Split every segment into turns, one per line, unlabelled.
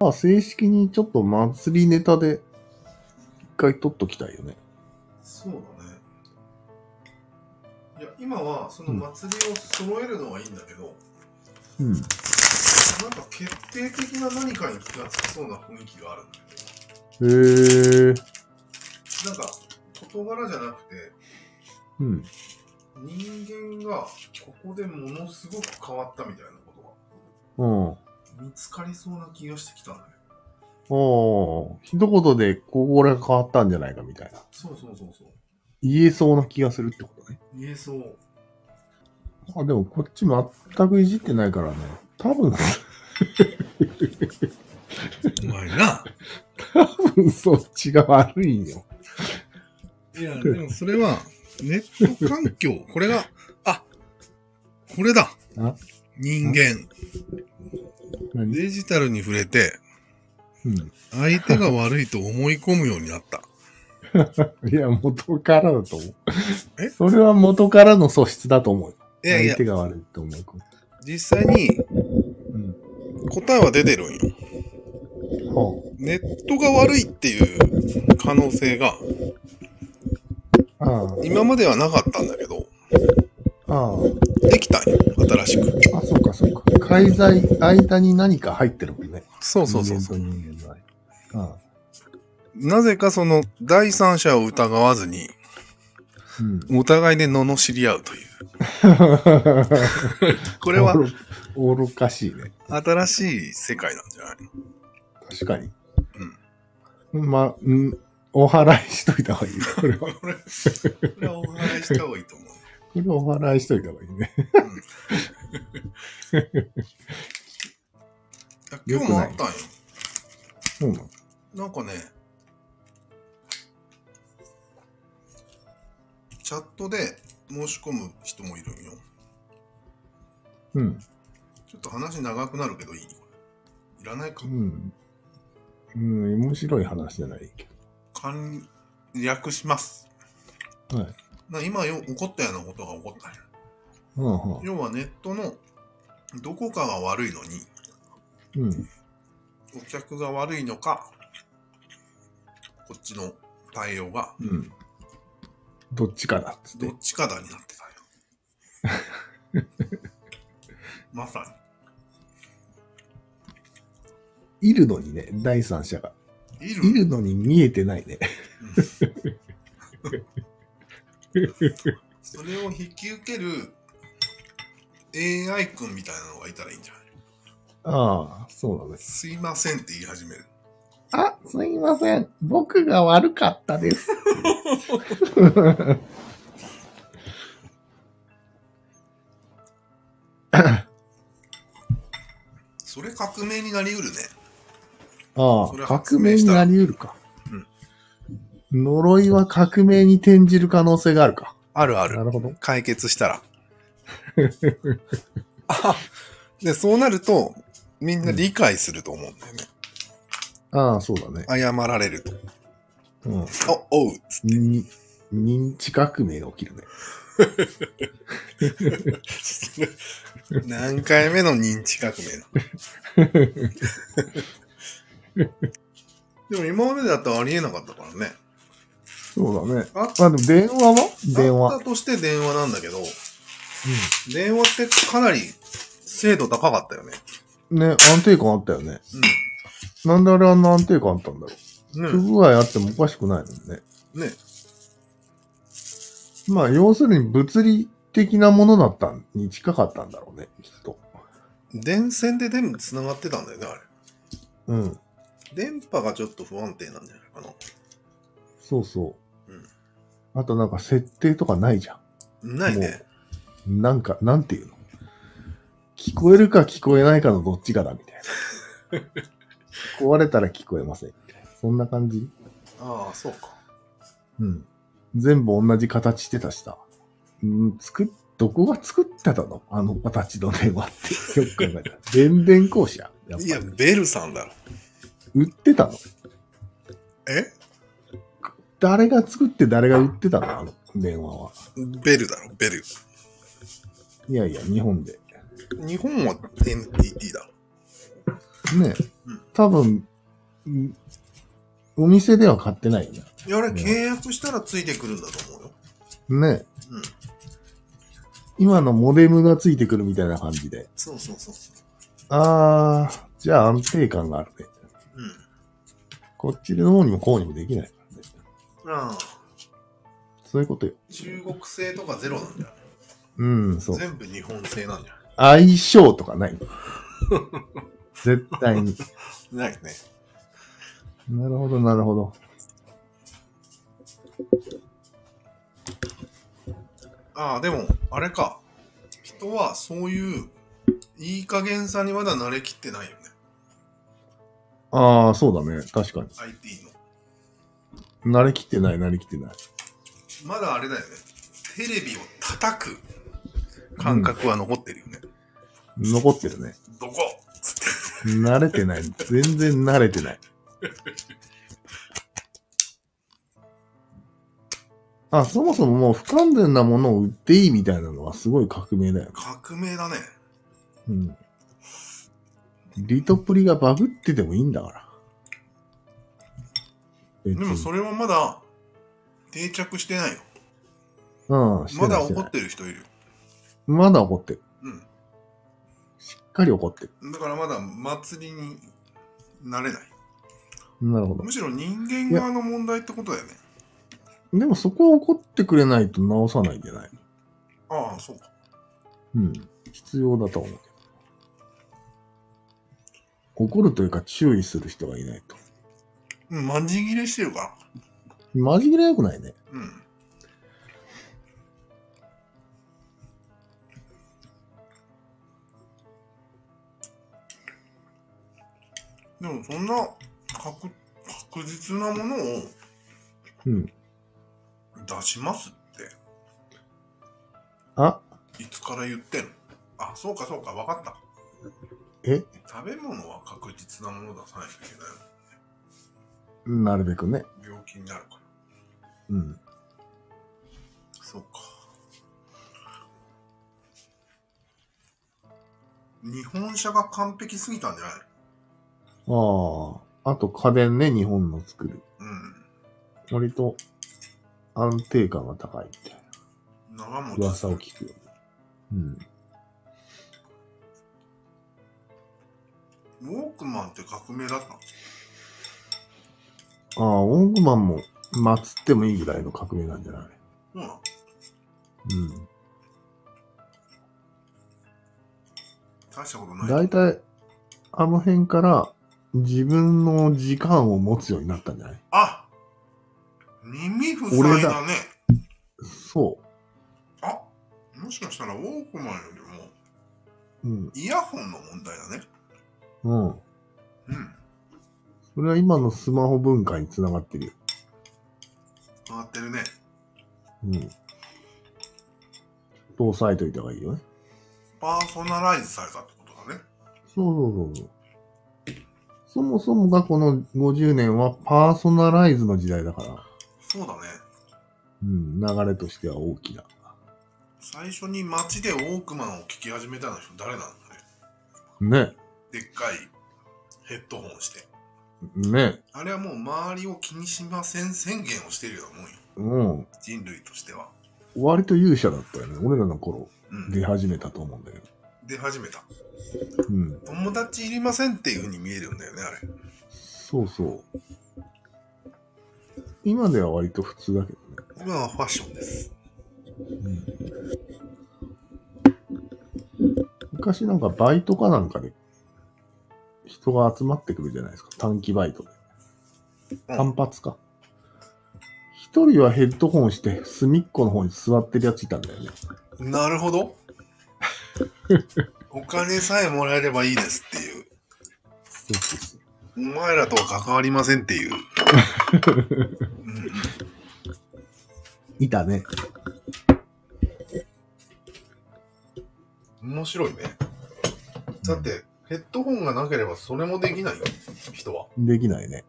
まあ、正式にちょっと祭りネタで、一回撮っときたいよね。
そうだね。いや、今はその祭りを揃えるのはいいんだけど、
うん。
なんか決定的な何かに気がつきそうな雰囲気があるんだよね。
へえ。
なんか、事柄じゃなくて、
うん。
人間がここでものすごく変わったみたいなこと
うん。あ
が見つかりそうな気がしてきたんだよね。
あ、一言でここらが変わったんじゃないかみたいな。
そうそうそうそう。
言えそうな気がするってことね。
言えそう。
あ、でもこっち全くいじってないからね。多分、
お前な。
多分そっちが悪いんよ。
いや、でもそれは、ネット環境、これが、あ、これだ
あ。
人間、
何
デジタルに触れて、
うん。
相手が悪いと思い込むようにな った。
いや、元からだと思う。
え
それは元からの素質だと思う。
いやいや
相手、が悪いと思う。
実際に
うん。
答えは出てるんよ。
は
ネットが悪いっていう可能性が、
あ、ああ、
今まではなかったんだけど、
あ
できたんよ、新しく。
あ、あ、そうか、そうか。介在、間に何か入ってるもんね。
そう
人間と人間の間ああ、
なぜかその、第三者を疑わずに、
うん。
お互いで罵り合うという。こ
こ
れは、
愚かしいね。
新しい世界なんじゃないの
確かに。うん。まあ、うん、お祓いしといた方がいい ね。これは。こ
これ、これはお祓いした方がいいと思う。
れはお祓いしといた方がいいね。
いや今日もあ ったんよ。
そうなの。
なんかね、チャットで申し込む人もいるんよ。
うん。
ちょっと話長くなるけどいいこれいらないか
う。ん。うん、面白い話じゃないけ
簡略します。
ど。はい。
な今よ起こったようなことが起こったんよ。
うんは
要はネットのどこかが悪いのに、
い、うん。
お客が悪いのか、こっちの対応が
うん。どっちかなっつって
ど。っちかだになってたよ。まさ
いるのにね、第三者が。
に。いる
いるのに見えてないね。
それを引き受ける AI 君みたいなのがいたらいいんじゃない
ああ、そうなんです。
すいませんって言い始める。
あ、すいません。僕が悪かったです。
それ革命になりうるね。
あ
それ
あ、
は
革命になり得るか。
うん
呪いは革命に転じる可能性があるか。
あるあ
なるほど。
解決したら。 あで、そうなると、みんな理解すると思うんだよね。
ああ、そうだね。
謝られると。
うん。
お、おう。
に認知革命が起きるね。
何回目の認知革命だ。 でも今までだったらありえなかったからね。
そうだね。
あっ
あ、でも電話は電
あっ
話。
たとして電話なんだけど、電話ってかなり精度高かったよね。
うん。ね、安定感あったよね。なんであれあんな安定感あったんだろ
うん。
う。不具合あってもおかしくないもんね。
ね。ね。
まあ、要するに物理的なものだったんに近かったんだろうね、きっと。
電線で全部繋がってたんだよね、あれ。
うん。
電波がちょっと不安定なんじゃないか
そうそう。
うん
あとなんか設定とかないじゃん。
な。ないね。
なんか、なんていうの聞こえるか聞こえないかのどっちかだ、みたい な。壊れたら聞こえません。みたいなそんな感じ
ああ、そうか。
うん。全部同じ形してたしさ。うん、作っ、どこが作ってたのあの形の電話って。よく考 えたら。電電公社やっ
いや、
ぱり。
ベルさんだろ。
売ってたの
え
誰が作って誰が売ってたのあの電話は。
ベルだろ、ベル。
いやいや、日本で。
日本は NTT だろ。
ね
うん、
多分、うんお店では買ってないよね。
いや、あれ契約したらついてくるんだと思うよ。
ね、
うん
今のモデムがついてくるみたいな感じで。
そうそうそう。
あー、じゃあ安定感があるね。
うん。
こっちの方にもこうにもできないからね。
ああ、
そういうことよ。
中国製とかゼロなんじゃない
うん、そう。
全部日本製なんじゃ
相性とかない。絶対に。
ないないね。
なるほど、なるほど。
ああ、でも、あれか。人はそういう、いい加減さにまだ慣れきってないよね。
ああ、そうだね。確かに。
IT の。
慣れきってない、慣れきってない。
まだあれだよね。テレビを叩く感覚は残ってるよね。
残ってるね。
どこつって。
慣れてない。全然慣れて ない。あ、そもそももう不完全なものを売っていいみたいなのはすごい革命だよ。
革命だね。
うん。リトプリがバグっててもいいんだから。別
でもそれはまだ定着してないよ。
うん、して
ま
な
だ
いして
怒
ない
っ。てる人いるよ。
まだ怒ってる。
う
しっかり怒ってる。
ん。だからまだ祭りになれない。
なるほど
む。しろ人間側の問題ってことだよね。
でもそこは怒ってくれないと直さないんじゃない
ああ、そうか。
うん。必要だと思うけど。怒るというか注意する人がいないと。
うん、まじ切れしてるから。
マジ切れ良くないね。
うん。でもそんな確確実なものを
うん。
出しますっ
あ、
ていつから言ってんのあそうかそうか分かった
え
食べ物は確実なもの出さないといけない
なるべくね。
の病気になるから
うん。
そうか。日本車が完璧すぎたんじゃな
あ
い
あ。あと家電ね、日本の作る。割と安定感が高いみたい
うん。
な
長持ちす
噂
る
を聞くよね。うん。
ウォークマンって革命だったの
ああ、オーグマンも祀ってもいいぐらいの革命なんじゃない
そうなの
うん。
大したことない。
大体、あの辺から自分の時間を持つようになったんじゃない
あ耳塞いだね。
そ
あもしかしたらウォークマンより
う。う
も
ん。
イヤホンの問題だね。
うん。
うん。
それは今のスマホ文化につながってるよ。
回ってるね。
うん。と押さえといた方がいいよね。
パーソナライズされたってことだね。
そうそうそうそう。そもそもがこの50年はパーソナライズの時代だから、
そうだね。
うん、流れとしては大きな。
最初に街でウォークマンを聞き始めたの人誰なのね
ね、
でっかいヘッドホンして。
ね、
あれはもう周りを気にしません宣言をしてるようなもんよ。
うん。
人類としては。
割と勇者だったよね。俺らの頃
うん、
出始めたと思うんだけど。
出始めた。
うん。
友達いりませんっていうふうに見えるんだよね、あれ。
そうそう。今では割と普通だけどね。
今はファッションです。
昔なんかバイトかなんかで人が集まってくるじゃないですか。短期バイトで。
うん
単発か。一人はヘッドホンして隅っこの方に座ってるやついたんだよね。
なるほど。お金さえもらえればいいですっていう。
そうそうそう。
お前らとは関わりませんっていう。うん
いたね。
面白いね。だって、ヘッドホンがなければそれもできないよ人は。
できないね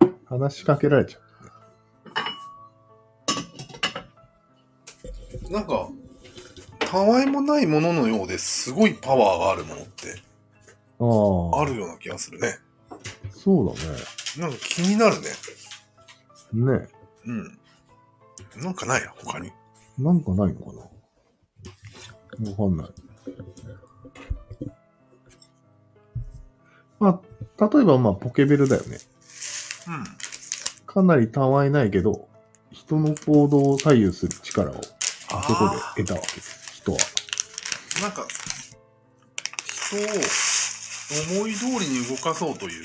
うん。
話しかけられちゃう。
なんか、たわいもないもののようですごいパワーがあるものって、
ああ。
あるような気がするね。
そう
なんか気になるね。
だね。ね
うん。なんかない他に。
えなんかないのかなわかんない。まあ、例えばまあ、ポケベルだよね。
うん。
かなりたわいないけど、人の行動を左右する力をあそこで得たわけです。人は。
なんか、人を思い通りに動かそうという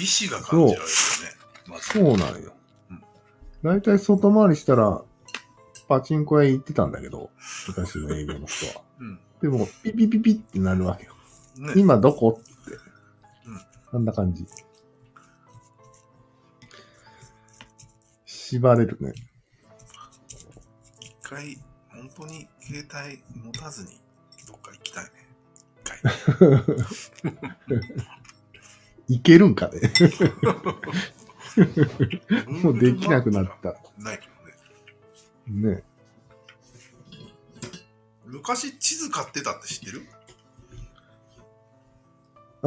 意志が感じられるよね。まず
そうなんよ
うん。
大体外回りしたら、パチンコ屋行ってたんだけど、昔の営業の人は。
うん。
でも、ピピピピってなるわけよ。
ね。
今どこって。あんな感じ。縛れるね。
一回、本当に携帯持たずにどっか行きたいね。一回。
いけるんかね。も
も
うできなくなっ。た。
ないけどね。
ね。
昔地図買ってたって知ってる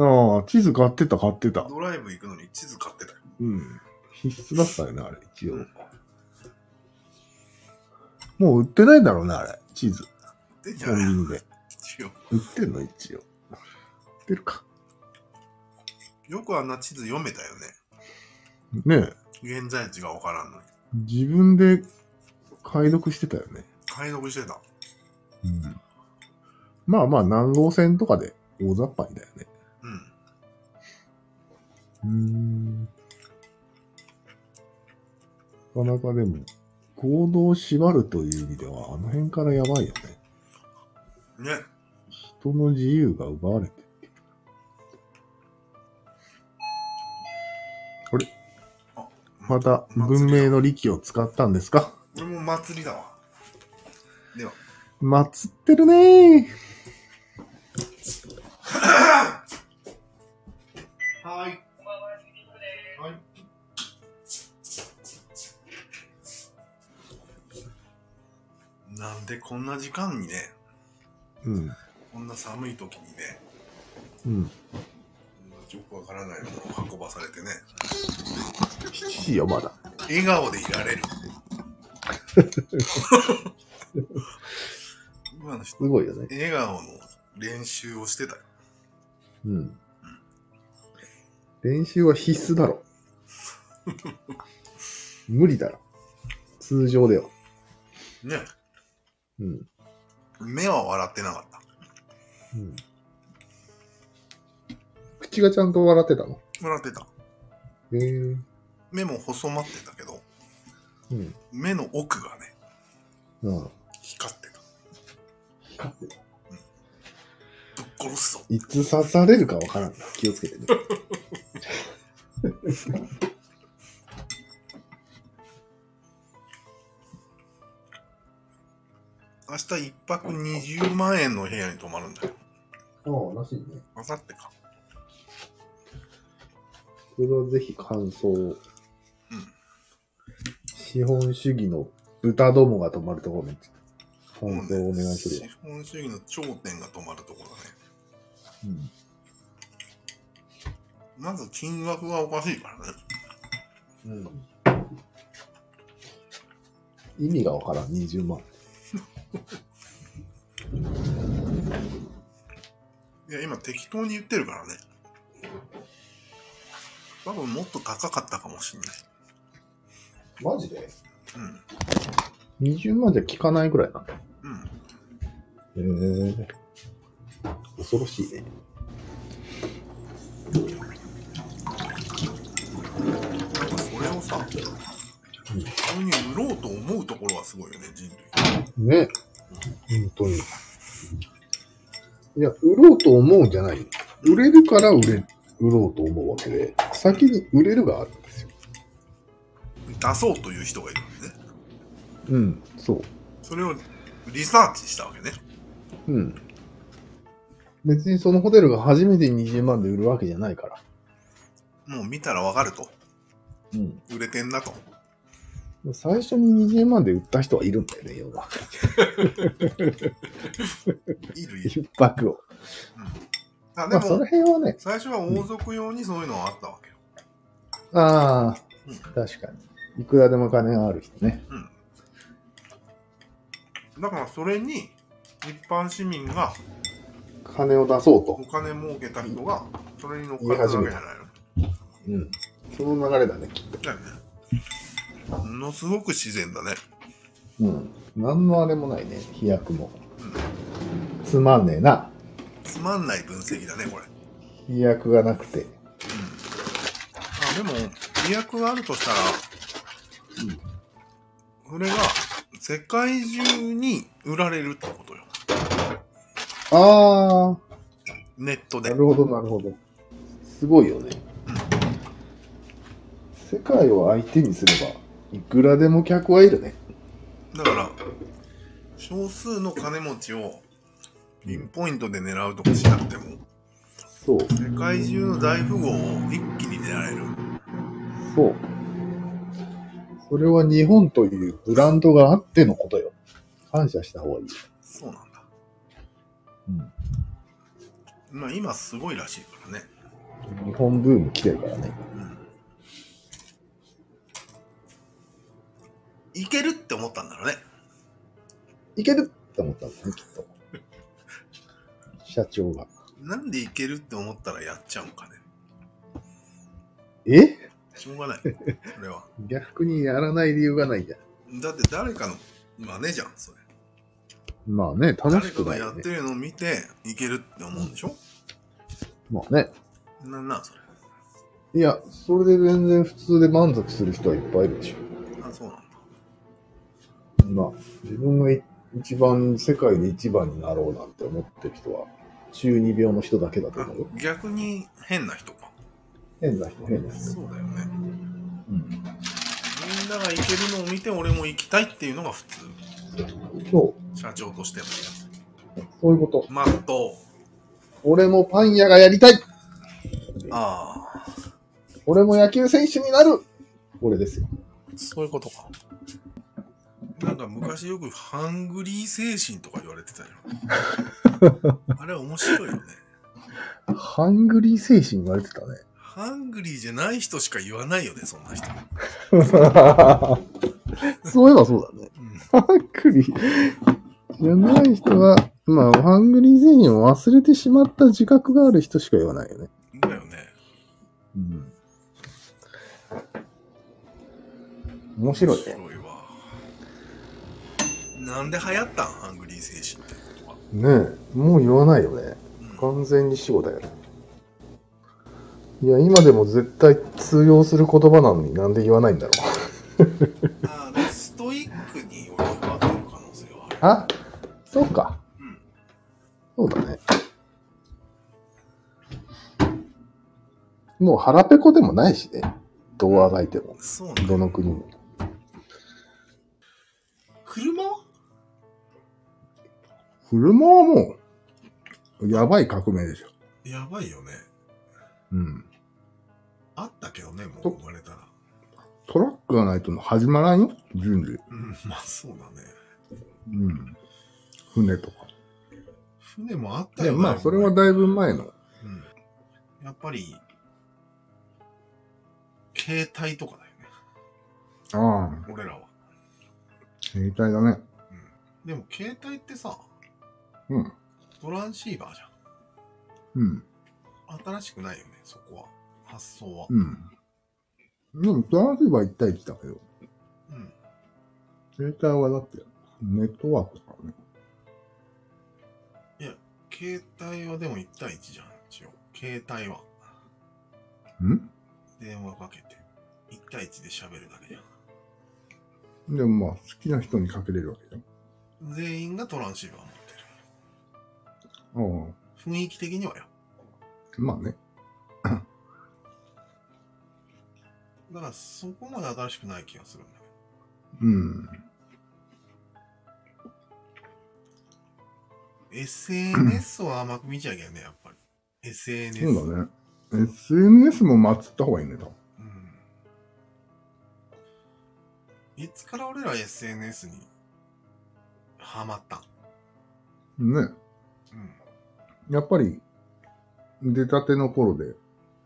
ああ、地図買ってた、買ってた。
ドライブ行くのに地図買ってたよ。
うん。必須だったよね、あれ、一応。もう売ってないんだろうね、あれ。地図。
で、じゃ
コ
あ
ン、ビニで。
一応
売ってんの、一応。売ってるか。
よくあんな地図読めたよね。
ねえ。
現在地がわからんのに。
自分で解読してたよね。
解読してた。
うん。まあまあ、南郷線とかで大雑把にだよね。
うん。
うーん。なかなかでも、行動を縛るという意味では、あの辺からやばいよね。
ね。
人の自由が奪われてる。あれまた文明の利器を使ったんですか
俺も祭りだわ。では。
祭ってるねー
はい。はい。
なんでこんな時間にね、
うん。
こんな寒い時にね、
うん。
よくわからないものを運ばされてね、
7時よ、まだ。
笑顔でいら れる。今の人、
すごいよね。
笑顔の練習をしてたよ。
うん。練習は必須だ ろ。無理だろ。通常では。
ね。
うん。
目は笑ってなかった。
うん、口がちゃんと笑ってたの
笑ってた。
へえー。
目も細まってたけど、
うん。
目の奥がね、
うん。
光ってた。ぶっ殺すぞ。
いつ刺されるかわからんな。気をつけて ね。
明日一泊20万円の部屋に泊まるんだよ。
ああ、らしいね。
あさってか。
それはぜひ感想を。資本主義の豚どもが止まるところに。感想をお願いする
資
わ。
本主義の頂点が止まるところだね。
うん。
まず金額がおかしいか
う
らね。
ん、意味がわからん、20万。
いや、今適当に言ってるからね。多分もっと高かったかもしんない。
マジで ?20 万じゃ効かないぐらいな。
うん。うん。
へえ。恐ろしいね。
なんかそれをさ、それに売ろうと思うところはすごいよね、人類。
ね。本当に。いや、売ろうと思うんじゃないよ売れるから売れ、売ろうと思うわけで、先に売れるがあるんですよ。
出そうという人がいるんでね。
うん、そう。
それをリサーチしたわけね。
うん。別にそのホテルが初めて20万で売るわけじゃないから。
もう見たらわかると。
うん。
売れてんなと。
最初に20万で売った人はいるんだよね、世の中。
いるいる。
一泊を。
うんあ、
ま
で
あ、そ
も
の、辺はね、
最初は王族用にそういうのはあったわけよ。
ああ、
うん
確かに。いくらでも金がある人ね。
だからそれに、一般市民が、
金を出そうと
お。金儲けた人が、それに乗っかったわけじゃないの。
うん。その流れだね、きっ
だよね。ものすごく自然だね。
と。うん。何のあれもないね、飛躍も。
うん
つまんねえな。
つまんない分析だね、これ。うん
飛躍がなくて。
あ、でも、利益があるとしたら、それが、世界中に売られるってことよ。
ああ、
ネット
な
で。
るほど、なるほど。すごいよね。世界を相手にすれば、いくらでも客はいるね。
だから、少数の金持ちをピンポイントで狙うとかしなくても、
そう、
世界中の大富豪を一気に狙える。
そう。それは日本というブランドがあってのことよ。感謝した方がいい。
そうなんだ。
うん。
まあ今すごいらしいからね。
日本ブーム来てるからね。
うん。いけるって思ったんだろうね。
いけるって思ったんだね、きっと。社長が。
なんでいけるって思ったらやっちゃうんかね。
え
しょう がない。それは。
逆にやらない理由がないじゃん。
だって誰かの真似じゃん、それ。
まあね、楽
誰
しく
か
な
が
い
や
よ
っ
ね
て。るのを見て、いけるって思うんでしょ
まあね。
なんなん、それ。
いや、それで全然普通で満足する人はいっぱいいるでし
あ、そうなんだ。
ょ。まあ、自分がい一番、世界で一番になろうなんて思ってる人は、中二病の人だけだと思うよ。
あ逆に変な人か。
変な人、変な人。
そうだよね。
うん。
みんなが行けるのを見て、俺も行きたいっていうのが普通。
そ
社長としても。
う、そういうこと。
まっと。
俺もパン屋がやりたいう
ああ、
俺も野球選手になる俺ですよ。
そういうことか。なんか昔よくハングリー精神とか言われてたよ。 あれ面白いよね。
ハングリー精神言われてたね。
ハングリーじゃない人しか言わないよね、そんな人。
そういえばそうだね。
うん
ハングリーじゃない人は、まあ、ハングリー精神を忘れてしまった自覚がある人しか言わないよね。
だよね。
うん。面白い
面
ね。
白いわ。なんで流行ったんハングリー精神ってことは。
ねえ、もう言わないよね。
うん
完全に死語だよね。いや、今でも絶対通用する言葉なのになんで言わないんだろう。
あーストイックに俺はなる可能性はある。
あ、そうか。
うん
そうだね。もう腹ペコでもないしね。どうあがいても。
そうね。
どの国も。
車は
車はもう、やばい革命でしょ。
やばいよね。
うん。
あったけどね、もう生まれたら。
トラックがないと始まらんよ。順次。
うん、 まあそうだね。
うん。船とか。
船もあった
で、
よね。
まあ、それはだいぶ前の。
うん。やっぱり、携帯とかだよね、
ああ、
俺らは。
携帯だね。
でも携帯ってさ、
うん。
トランシーバーじ
うん。
ゃん。新しくないよね、そこは。発想は。
うん。でも、トランシーバー1対1だけど、
うん。
携帯はだって、ネットワークだからね。
携帯はでも1対1じゃん、一応。携帯は。
うん
電話かけて。1対1で喋るだけじゃん。
でもまあ、好きな人にかけれるわけじ
全員がトランシーバー持って
ゃん。あ
る。雰囲気的にはよ。
あ、まあね。
だからそこまで新しくない気がするんだけど。
うん。
SNS を甘く見ちゃいけないね、やっぱり。SNS。
そうだね。SNS も祭った方がいいね、多分。
うん。いつから俺ら SNS にハマったん
ね。
うん。
やっぱり、出たての頃で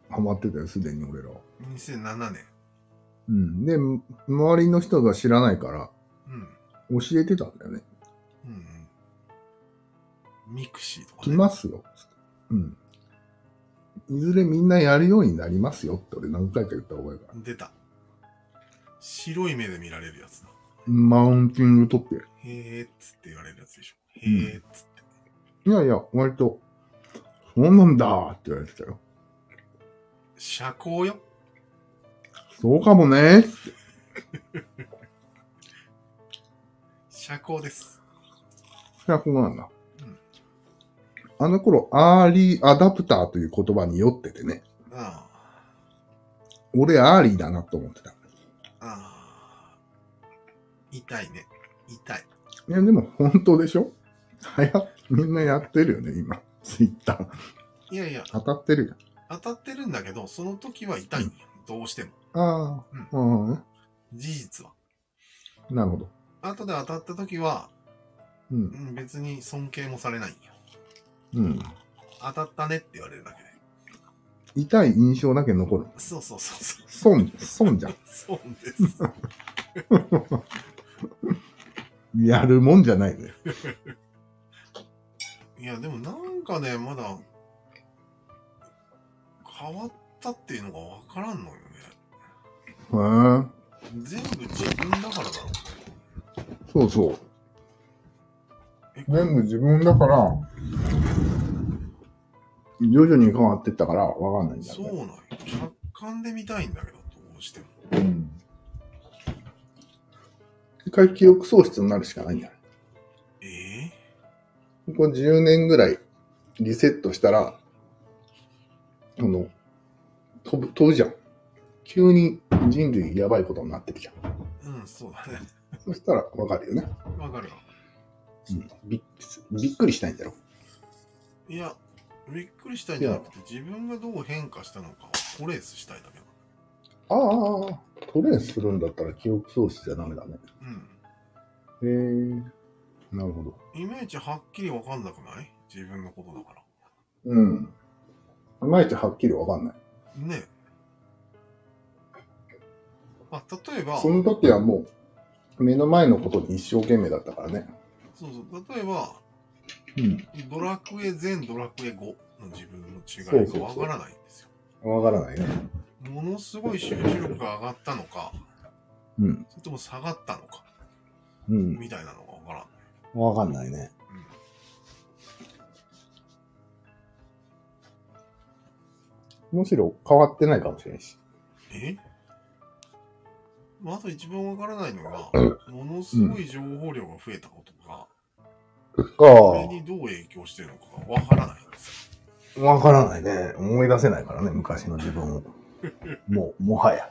ハマってたよ、すでに俺らは。
2007年。
うん。で、周りの人が知らないから、
うん。
教えてたんだよね。
うんうん。ミクシーとか
来
ね。
ますよ。うん。いずれみんなやるようになりますよって俺何回か言った覚えがある。
出た。白い目で見られるやつだ。
マウンティング取ってる。
へーっつって言われるやつでしょ。へ
ん
ーっつって。
いやいや、割と、そうなんだって言われてたよ。
社交よ。
そうかもねって。
社交です。
100なんだ
うん。
あの頃、アーリーアダプターという言葉に酔っててね、
あ
俺アーリーだなと思ってた。
あ。ああ。痛いね。痛い。
いや、でも本当でしょはや、みんなやってるよね、今。ツイッター。
いやいや、
当たってる
当たってるんだけど、その時は痛いんよ。どうしても。
やん。ああ、うん、
事実は。
なるほど。
後で当たった時は、
う、
うんん、別に尊敬もされないんよ。
うん。
当たったねって言われるだけで。
痛い印象だけ残る。
そうそうそうそう。
損、損じゃ
そうです。
ん。やるもんじゃないね。
いや、でもなんかね、まだ、変わったっていうのがわからんのよね。
へえ。
全部自分だからだろ
そうそう。
うね。え、
全部自分だから、徐々に変わってったからわかんないんだよ
そう
ね。
なんよ。客観で見たいんだけど、どうしても。
うん。一回記憶喪失になるしかないんだよね。
ええ
ここ10年ぐらいリセットしたら、あの、飛ぶ、飛ぶじゃん。急に人類やばいことになってるじゃん。
うん、そうだね。
そしたらわかるよね。
わかるわ。
うんびっびっくりしたいんだろ。
いや、びっくりしたいんじゃなくて、自分がどう変化したのかをトレースしたいだけだ。
ああ、トレースするんだったら記憶喪失じゃダメだね。
うん。
へえ。なるほど。
イメージはっきりわかんなくない自分のことだから。
うん。いまいちはっきりわかんない。
ねえ。あ、例えば、
その時はもう、目の前のことに一生懸命だったからね。
そうそう、例えば、
うん。
ドラクエ前、ドラクエ5の自分の違いがわからないんですよ。
わからないね。
ものすごい集中力が上がったのか、
うん。
それとも下がったのか、
うん。
みたいなのがわからん。
わかんないね。むしろ変わってないかもしれんし。
うん、えまず一番わからないのが、ものすごい情報量が増えたことが、これ
あ
にどう影響してるのかがわからないんです
あ、わからないね。思い出せないからね、昔の自分 を。もう、もはや。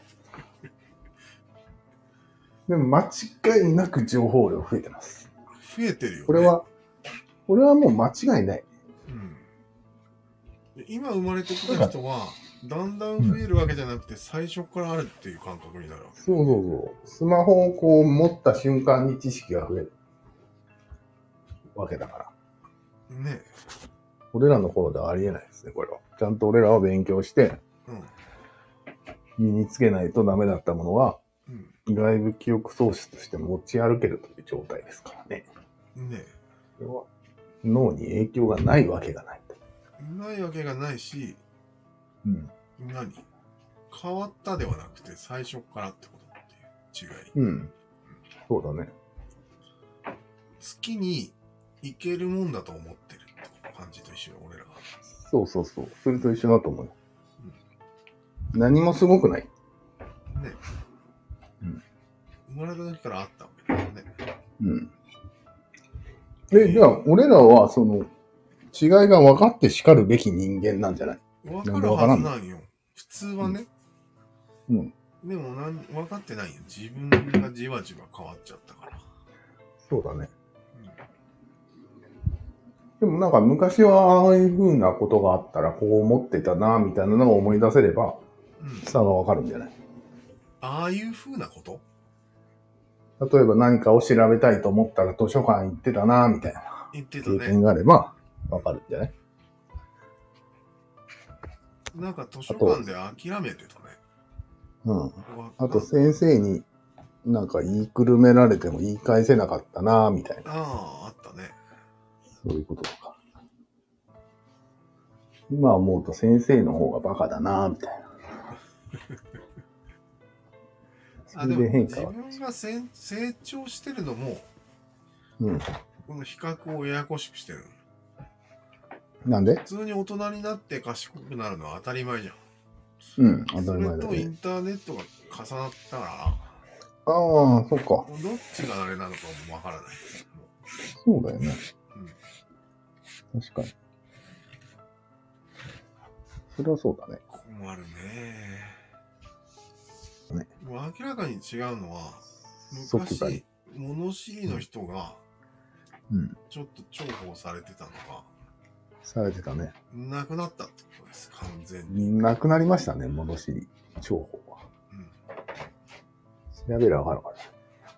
でも、間違いなく情報量増えてます。
よ。増えてるよ、ね。
これは、これはもう間違いない。
うんで今生まれてきた人は、だんだん増えるわけじゃなくて、最初からあるっていう感覚になるわけ。
そうそうそう。スマホをこう持った瞬間に知識が増えるわけだから。
ね
俺らの頃ではありえないですね、これは。ちゃんと俺らは勉強して、
え。うん。
身につけないとダメだったものは、
う
外部記憶喪失として持ち歩けるという状態ですからね。
ん。ねえ。
これは脳に影響がないわけがない。
ないわけがないし、
うん。
何変わったではなくて、最初からってことっていう違い。
うん。そうだね。
月に行けるもんだと思ってるって感じと一緒よ、俺らが。
そうそうそう。それと一緒だと思うよ。何もすごくない。
ねえ。
うん
生まれた時からあったわけだからね。
うん。え、じゃあ、俺らは、その、違いが分かって叱るべき人間なんじゃない
わかるはずないよ。普通はね。
うん。
でもなん分かってないよ。自分がじわじわ変わっちゃったから。
そうだね。
うん
でもなんか昔はああいう風なことがあったらこう思ってたなみたいなのを思い出せれば
うん、
差がわかるんじゃない
ああいう風なこと
例えば何かを調べたいと思ったら図書館行ってたなみたいな
言ってた
経
ね。
験があればわかるんじゃない
なんか図書館で諦めてたね。
うん。
ここは
あと先生になんか言いくるめられても言い返せなかったなみたいな。
ああ、あったね。
そういうこととか。今思うと先生の方がバカだなみ たいな。
あ
そ
で
れ
も
で変
自
化は。
分がせん成長してるのも、
うん。
この比較をややこしくしてるの。
なんで
普通に大人になって賢くなるのは当たり前じゃん。
うん。当た
そ
り
れ
前だ
とイ
け
ンターネットが重なったか
ど。ああ、そっ
ら、
か。
どっちがあれなのかもわからない。
そ
も
うだよね。確かに。それはそうだね。
う困るね。
ね
もう明らかに違うのは、
即座に
昔、物知りの人が
うん。
ちょっと重宝されてたのが、
されてたね。
なくなったってことです、完全に。
なくなりましたね、戻し、情報は。
うん
調べりゃわかるから。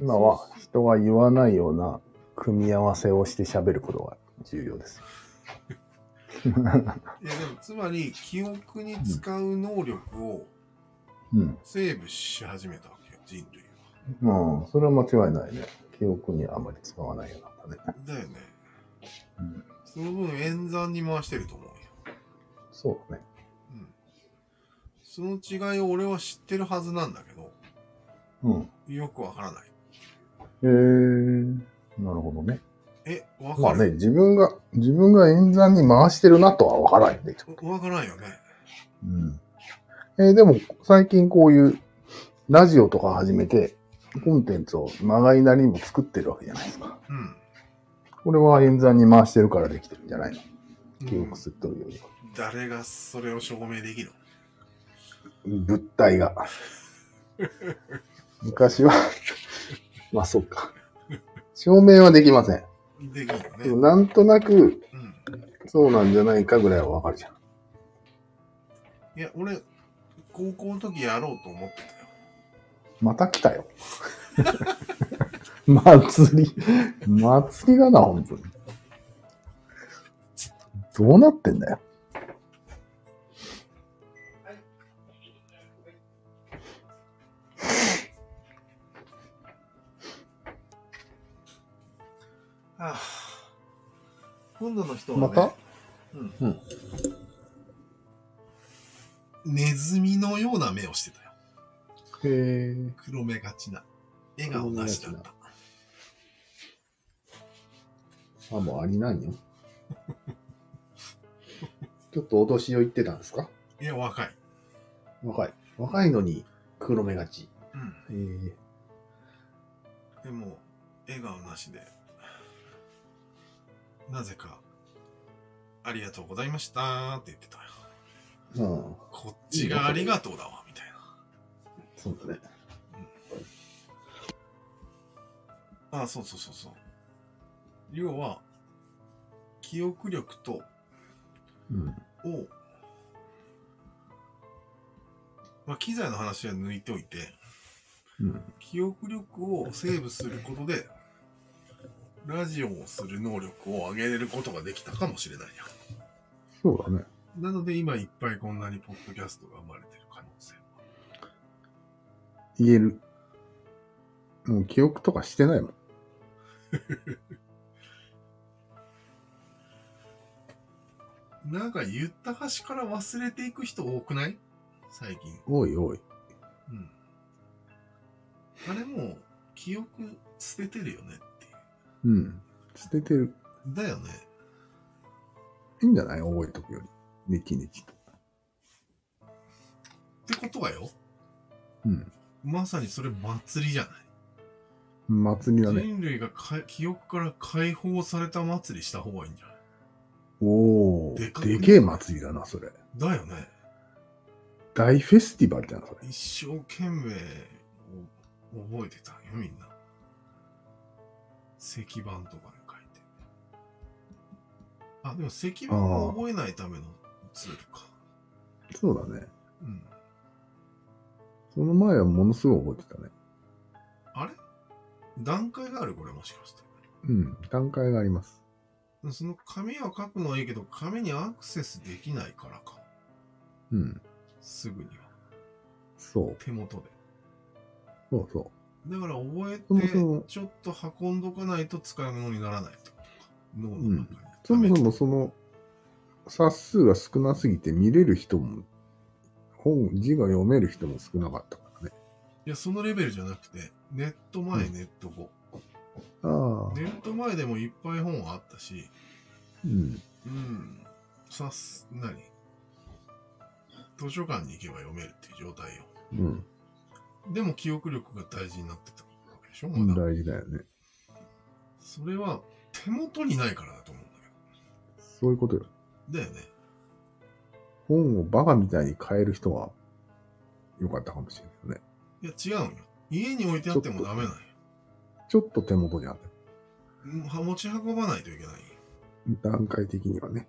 今は人が言わないような組み合わせをして喋ることが重要 です。
いやでもつまり記憶に使う能力を
うん。
セーブし始めたわけよ人類
まあ、それは間違いないね。記憶にあまり使わないようになったね。
はだよね、
うん
その分演算に回してると思うよ、
そうだね。
うん、その違いを俺は知ってるはずなんだけど
うん。
よくわからない
へえ。なるほどね。
えわ
ま
か
あ
る、
ね、自分が、自分が演算に回してるなとはわからんよね。
わからんよね
うん。えーでも、最近こういう、ラジオとか始めて、コンテンツをまがいなりにも作ってるわけじゃないですか。
うん
これは演算に回してるからできてるんじゃないの記
うん
憶すっとるよりは。
誰がそれを証明できる
物体が。 昔は、 まあそうか。証明はできません。
のできるよね
でもなんとなく、
うん
そうなんじゃないかぐらいはわかるじゃん。
いや俺高校の時やろうと思ってたよ
また来たよ。 祭り。祭りだな、本当に。どうなってんだよ。
ああ今度の人は、ね、
また
うん、
うん
ネズミのような目をしてたよ。
へえ。
黒目がちな。笑顔なしだった。
あ、もうありなん よ。ちょっとお年を言ってたんですか
いや、若い。
若い。若いのに黒目がち。
うん。
えー、
でも、笑顔なしで。なぜか、ありがとうございましたーって言ってたよ。
うん。
こっちがありがとうだわ、みたいな。
そうだね。
ああ、そうそうそうそう。要は、記憶力と
うん。
を、まあ、機材の話は抜いておいて、
うん。
記憶力をセーブすることで、ラジオをする能力を上げれることができたかもしれないよ。
そうだね。
なので今いっぱいこんなにポッドキャストが生まれてる可能性
言える。もう記憶とかしてないもん。
も。なんか言った端から忘れていく人多くない最近。
おいおい。
うん。あれもう記憶捨ててるよねっていう。
うん。捨ててる。
だよね。
いいんじゃない覚えとくより。ネキネキと。
ってことはよ。
うん。
まさにそれ祭りじゃない。
祭りだね。
人類がか記憶から解放された祭りした方がいいんじゃ
おお。
でかい
でけえ祭りだな、それ。
ないだよね。
大フェスティバルじゃん、それ。
一生懸命お覚えてたよ、みんな。石板とかに書いて。あ、でも石板を覚えないためのツールか。
そうだね。
うん。
その前はものすごい覚えてたね。
あれ段階があるこれもしかして。
うん。段階があります。
その紙は書くのはいいけど、紙にアクセスできないからか。
うん。
すぐには。
そう。
手元で。
そうそう。
だから覚え
そもそも
て、ちょっと運んどかないと使い物にならないってことか。脳の中に。
そもそもその、冊数が少なすぎて見れる人も、本、字が読める人も少なかったからね。
いや、そのレベルじゃなくて、ネット前、ネット後。
あ
ネット前でもいっぱい本はあったし、
あ、うん。
うん、さす、何図書館に行けば読めるっていう状態よ。
うん。
でも記憶力が大事になってたわけでしょ、
うん
まだ。
大事だよね。
それは手元にないからだと思うんだ
そういうことよ。
けど。だよね。
本をバカみたいに変える人は、良かったかもしれないよね。
いや、違うんよ。家に置いてあってもダメなんよ
ちょっと手元にある。
うんは持ち運ばないといけないんよ。
段階的にはね。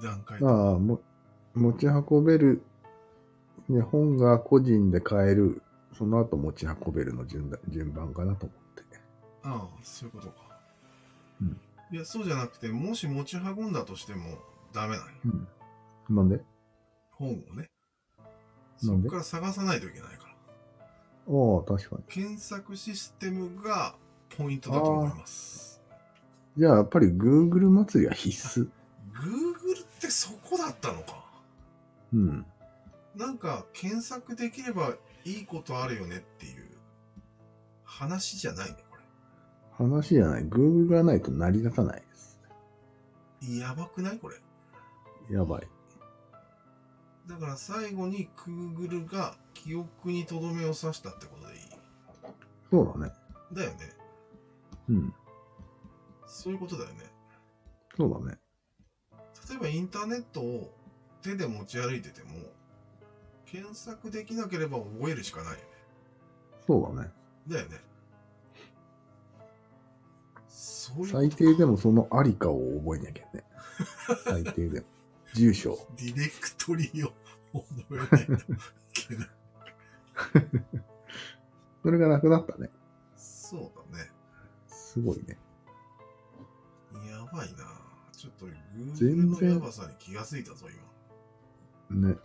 段階
ま
で。
あ、も持ち運べる、ね、本が個人で買える、その後持ち運べるの順だ順番かなと思って。
ああ、そういうことか。
うん
いや、そうじゃなくて、もし持ち運んだとしてもダメなんよ。
うん。なんで
本をね。
な
そ
ん
っ
で
から探さないといけないか
あ
ら。
あ、確かに。
検索システムがポイントだと思います。
じゃあ、やっぱり Google 祭りは必須。
Google ってそこだったのか。
うん。
なんか検索できればいいことあるよねっていう話じゃないね、こ
話じゃない。Google がないと成り立たないです。
れ。やばくないこれ。
やばい。
だから最後に Google が記憶にとどめを刺したってことでいい。
そうだね。
だよね。
うん。
そういうことだよね。
そうだね。
例えばインターネットを手で持ち歩いてても、検索できなければ覚えるしかないよね。
そうだね。
だよね。そういうこと
最低でもそのありかを覚えなきゃね。最低でも。住所。
ディレクトリを覚えな いといけない。
それがなくなったね。
そうだね。
すごいね。
やばいなちょっと
全
Google の
然
やばさに気がついたぞ、今。
ね。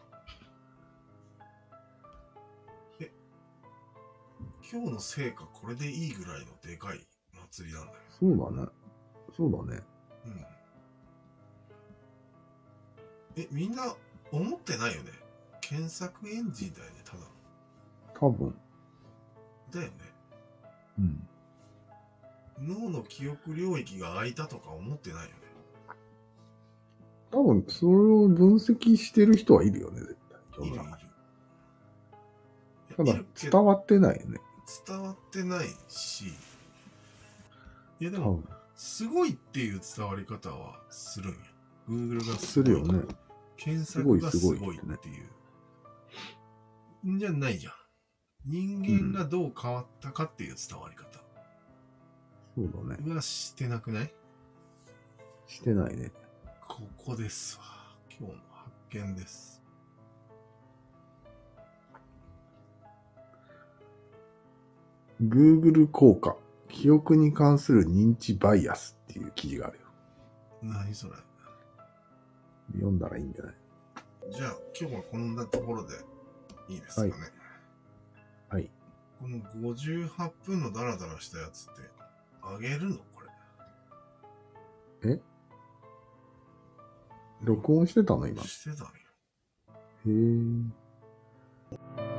今日の成果これでいいぐらいのでかい祭りなんだよ。
そうだね。そうだね。
うん。え、みんな思ってないよね。検索エンジンだよね、ただの。
多分。
だよね。
うん。
脳の記憶領域が空いたとか思ってないよね。
多分、それを分析してる人はいるよね、絶対。世
いるい
の
る
中に。
い
た
や。い
だ
る、けど
伝わってないよね。
伝わってないし、いやで
多
も、
分。
すごいっていう伝わり方はするんや。Google が
するよね。
検索がす
すご
ご
いすごい
い
っ
って
ね
ていう。んじゃないじゃん。人間がどう変わったかっていう伝わり方
そうだね。
はしてなくない
してないね。
ここですわ。今日の発見です。
Google 効果、記憶に関する認知バイアスっていう記事があるよ。
何それ。
読んだらいいんじゃない
じゃあ今日はこんなところでいいですかね。
はい。
この58分のダラダラしたやつって、あげるのこれ。
録音してたの今。へ
してたんよ。
え。